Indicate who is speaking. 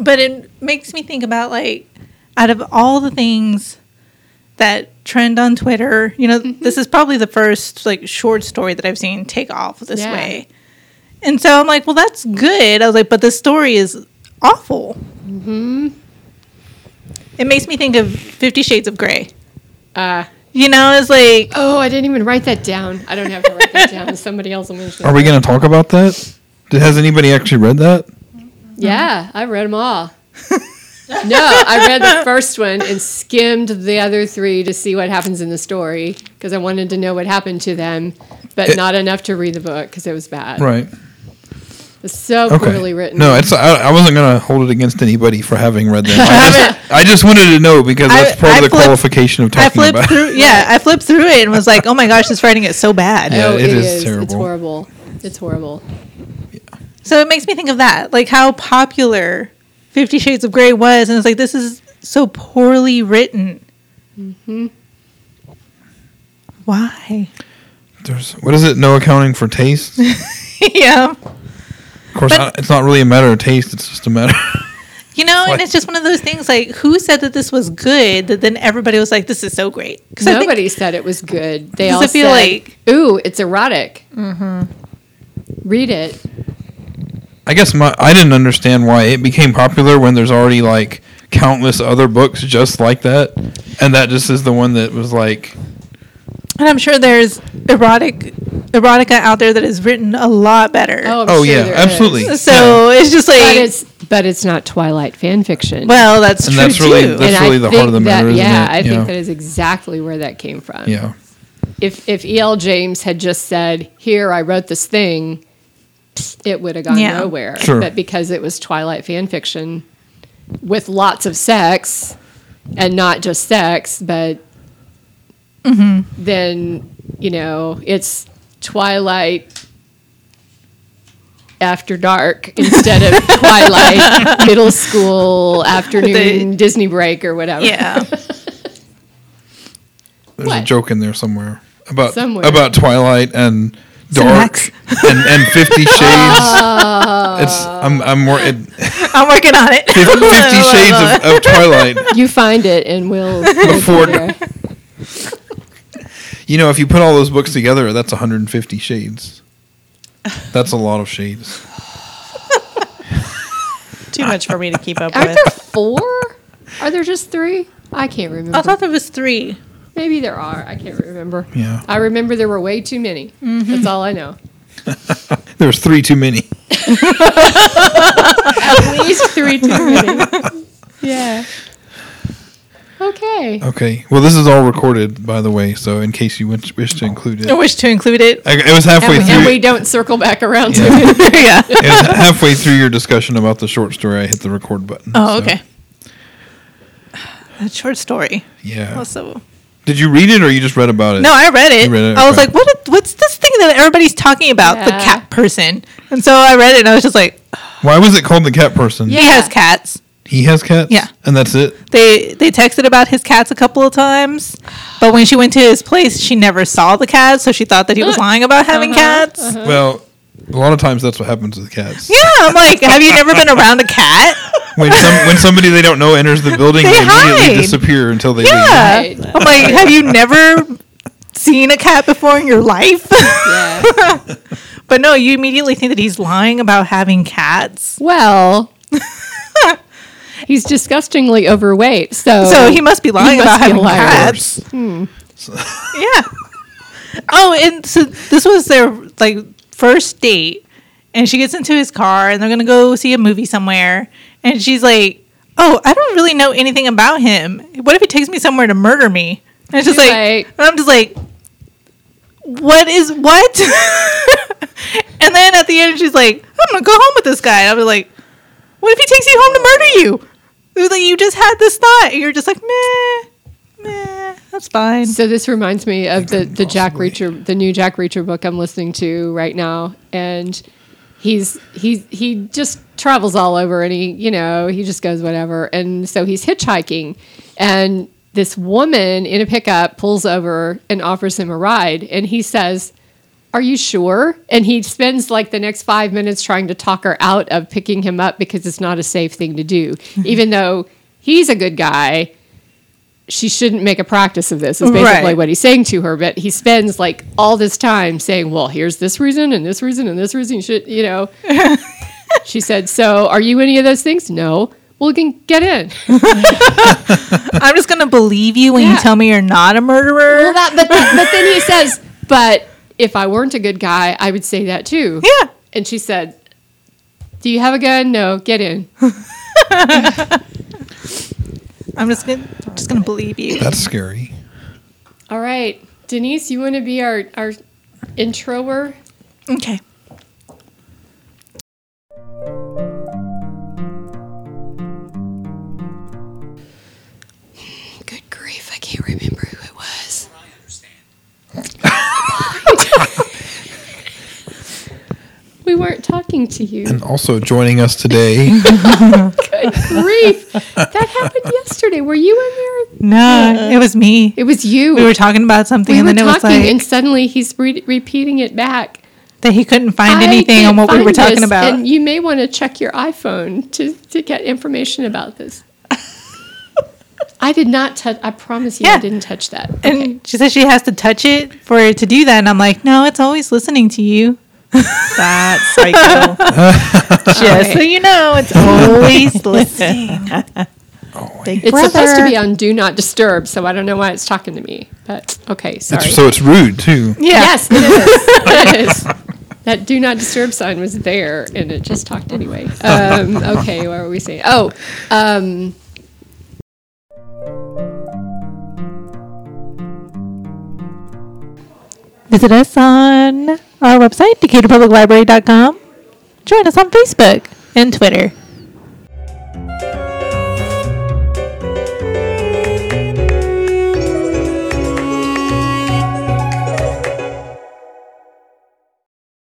Speaker 1: But it makes me think about like, out of all the things that trend on Twitter, you know,
Speaker 2: Mm-hmm.
Speaker 1: this is probably the first like short story that I've seen take off this
Speaker 2: Yeah.
Speaker 1: way. And so I'm like, well, that's good. I was like, but this story is awful.
Speaker 2: Mm-hmm.
Speaker 1: It makes me think of Fifty Shades of Grey.
Speaker 2: Uh,
Speaker 1: You know, it's like,
Speaker 2: oh, I didn't even write that down. I don't have to write that down. Somebody else will mention it.
Speaker 3: Are we going to talk about that? Did- Has anybody actually read that?
Speaker 2: Yeah, I read them all. no, I read the first one and skimmed the other three to see what happens in the story because I wanted to know what happened to them, but
Speaker 3: It-
Speaker 2: not enough to read the book because it was bad.
Speaker 3: Right.
Speaker 2: It's so
Speaker 3: Okay.
Speaker 2: poorly written.
Speaker 3: No, it's I, I wasn't going to hold it against anybody for having read that. I just, I just wanted to know because
Speaker 1: I-
Speaker 3: that's part
Speaker 1: I
Speaker 3: of the
Speaker 1: flipped-
Speaker 3: qualification of
Speaker 1: I
Speaker 3: talking
Speaker 1: flipped
Speaker 3: about. it.
Speaker 1: through. Yeah, I flipped through it and was like, "Oh my gosh, this writing is so bad."
Speaker 3: Yeah,
Speaker 2: No,
Speaker 3: it is
Speaker 2: Oh, It's
Speaker 3: terrible.
Speaker 2: horrible. It's horrible.
Speaker 1: So it makes me think of that, like how popular Fifty Shades of Grey was, and it's like this is so poorly written.
Speaker 4: Mm-hmm.
Speaker 1: Why?
Speaker 3: There's, what is it? No accounting for taste. Of
Speaker 1: yeah,
Speaker 3: course,
Speaker 1: But-
Speaker 3: I, it's not really a matter of taste. It's just a matter.
Speaker 1: you know, and
Speaker 3: Like-
Speaker 1: it's just one of those things. Like, who said that this was good? That then everybody was like, "This is so great." 'Cause I think-
Speaker 2: Nobody said it Mm-hmm. was good. They
Speaker 1: Does
Speaker 2: all
Speaker 1: it feel
Speaker 2: said,
Speaker 1: like-
Speaker 2: "Ooh, it's erotic." Read it.
Speaker 3: I guess my I didn't understand why it became popular when there's already like countless other books just like that, and that just is the one that was like
Speaker 1: and I'm sure there's erotic erotica out there that is written a lot better.
Speaker 2: Oh, I'm
Speaker 3: Oh,
Speaker 2: sure
Speaker 3: yeah,
Speaker 2: there is.
Speaker 3: absolutely.
Speaker 1: So it's just like,
Speaker 2: But it's but it's not Twilight fan fiction.
Speaker 1: well, that's
Speaker 3: And
Speaker 1: true
Speaker 3: that's really-
Speaker 1: too.
Speaker 3: that's-
Speaker 2: And I
Speaker 3: really the heart
Speaker 2: think
Speaker 3: of the
Speaker 2: that,
Speaker 3: matter, isn't
Speaker 2: yeah,
Speaker 3: it?
Speaker 2: I
Speaker 3: Yeah.
Speaker 2: think that is exactly where that came from.
Speaker 3: yeah.
Speaker 2: If if E.L. James had just said, "Here, I wrote this thing," it would have gone
Speaker 1: Yeah.
Speaker 2: nowhere.
Speaker 3: Sure.
Speaker 2: But because it was Twilight fan fiction with lots of sex and not just sex, but
Speaker 1: Mm-hmm.
Speaker 2: then you know it's Twilight after dark instead of Twilight middle school afternoon Disney break or whatever.
Speaker 1: yeah.
Speaker 3: There's a
Speaker 2: What?
Speaker 3: joke in there somewhere about
Speaker 2: Somewhere.
Speaker 3: about Twilight and dark
Speaker 1: Cinemax.
Speaker 3: and, and Fifty Shades. it's I'm I'm more at
Speaker 1: I'm working on it.
Speaker 3: Fifty Shades of, of Twilight.
Speaker 2: You find it and we'll we'll
Speaker 3: Before-
Speaker 2: get there.
Speaker 3: You know, if you put all those books together, that's 150 shades. That's a lot of shades.
Speaker 4: Too much for me to keep up
Speaker 2: Aren't
Speaker 4: with.
Speaker 2: there four? Are there just three? I can't remember.
Speaker 1: I thought there was three.
Speaker 2: Maybe there are. I can't remember.
Speaker 3: Yeah,
Speaker 2: I remember there were way too many.
Speaker 1: Mm-hmm.
Speaker 2: That's all I know.
Speaker 3: there's three too many.
Speaker 2: At least three too many. yeah. Okay.
Speaker 3: Okay. Well, this is all recorded, by the way. So in case you wish, wish to include it,
Speaker 1: I wish to include it.
Speaker 3: I, it was halfway
Speaker 2: And we, and
Speaker 3: through.
Speaker 2: we don't circle back around to
Speaker 3: Yeah.
Speaker 2: it.
Speaker 1: yeah.
Speaker 3: it was halfway through your discussion about the short story, I hit the record button.
Speaker 1: Oh,
Speaker 3: so,
Speaker 1: okay. That short story.
Speaker 3: Yeah.
Speaker 1: Also,
Speaker 3: Did you read it or you just read about it?
Speaker 1: no, I read it.
Speaker 3: You read it,
Speaker 1: I was
Speaker 3: okay.
Speaker 1: like, what? What's this thing that everybody's talking about? The
Speaker 2: Yeah.
Speaker 1: cat person. And so I read it, and I was just like,
Speaker 3: Why was it called the cat person?
Speaker 1: he
Speaker 2: Yeah.
Speaker 1: has cats.
Speaker 3: He has cats.
Speaker 1: Yeah.
Speaker 3: And that's it.
Speaker 1: They they texted about his cats a couple of times, but when she went to his place, she never saw the cats, so she thought that he was lying about having
Speaker 2: Uh-huh,
Speaker 1: cats.
Speaker 3: Well, a lot of times that's what happens with cats.
Speaker 1: Uh-huh. Yeah, I'm like, have you never been around a cat?
Speaker 3: When some when somebody they don't know enters the building,
Speaker 1: They
Speaker 3: they, immediately
Speaker 1: hide.
Speaker 3: disappear until they leave.
Speaker 1: Yeah.
Speaker 2: Right.
Speaker 1: I'm like, have you never seen a cat before in your life?
Speaker 2: Yeah.
Speaker 1: but no, you immediately think that he's lying about having cats.
Speaker 2: Well, he's disgustingly overweight. So,
Speaker 1: So he must be lying
Speaker 2: Oh. must
Speaker 1: about
Speaker 2: be a
Speaker 1: having
Speaker 2: liar.
Speaker 1: cats. Yeah. Oh, and so this was their like first date, and she gets into his car, and they're gonna go see a movie somewhere, and she's like, "Oh, I don't really know anything about him. What if he takes me somewhere to murder me?" And it's just
Speaker 2: You're
Speaker 1: like,
Speaker 2: like-
Speaker 1: and I'm just like, "What is what?" and then at the end, she's like, "I'm gonna go home with this guy." And I'm like, "What if he takes you home to murder you?" It was like you just had this thought, and you're just like, "Meh, meh, that's fine."
Speaker 2: So this reminds me of the, the Jack
Speaker 3: possibly.
Speaker 2: Reacher, the new Jack Reacher book I'm listening to right now, and he's he he just travels all over, and he you know he just goes whatever, and so he's hitchhiking, and this woman in a pickup pulls over and offers him a ride, and he says, "Are you sure?" And he spends like the next five minutes trying to talk her out of picking him up because it's not a safe thing to do, even though he's a good guy. She shouldn't make a practice of this. Is basically
Speaker 1: Right.
Speaker 2: what he's saying to her, but he spends like all this time saying, "Well, here's this reason and this reason and this reason." You should, you know. She said, "So, are you any of those things?" No. Well, you can get in.
Speaker 1: I'm just gonna believe you when you
Speaker 2: Yeah.
Speaker 1: tell me you're not a murderer.
Speaker 2: Well, that, but but then he says, "But if I weren't a good guy, I would say that too."
Speaker 1: yeah.
Speaker 2: And she said, "Do you have a gun? No. Get in."
Speaker 1: I'm just gonna just gonna believe you.
Speaker 3: That's scary.
Speaker 2: All right, Denise, you want to be our our introer?
Speaker 1: Okay.
Speaker 2: Good grief, I can't remember who it was. we weren't talking to you.
Speaker 3: And also joining us today,
Speaker 2: Good grief, that happened yesterday. Were you in there?
Speaker 1: No, it was me.
Speaker 2: It was you.
Speaker 1: Uh-uh. We were talking about something,
Speaker 2: we
Speaker 1: and
Speaker 2: were
Speaker 1: then it was
Speaker 2: talking,
Speaker 1: like
Speaker 2: and suddenly he's re- repeating it back.
Speaker 1: that he couldn't find
Speaker 2: I
Speaker 1: anything on
Speaker 2: can't
Speaker 1: what we
Speaker 2: find
Speaker 1: were talking
Speaker 2: this,
Speaker 1: about.
Speaker 2: And you may want to check your iPhone to, to get information about this. I did not touch. I promise you, I
Speaker 1: Yeah.
Speaker 2: didn't touch that.
Speaker 1: And she says she has to touch it for it to do that, and I'm like, no, it's always listening to you.
Speaker 4: That's psycho.
Speaker 1: Just so you know, it's always listening. Big
Speaker 2: It's supposed to be on Do Not Disturb, so I don't know why it's talking to me. But okay, sorry.
Speaker 3: it's, so it's rude too.
Speaker 1: yeah.
Speaker 2: Yes, it is. it is. That Do Not Disturb sign was there, and it just talked anyway. Um, okay, what were we saying? Oh, um,
Speaker 1: Visit us on our website, decaturpubliclibrary.com. Join us on Facebook and Twitter.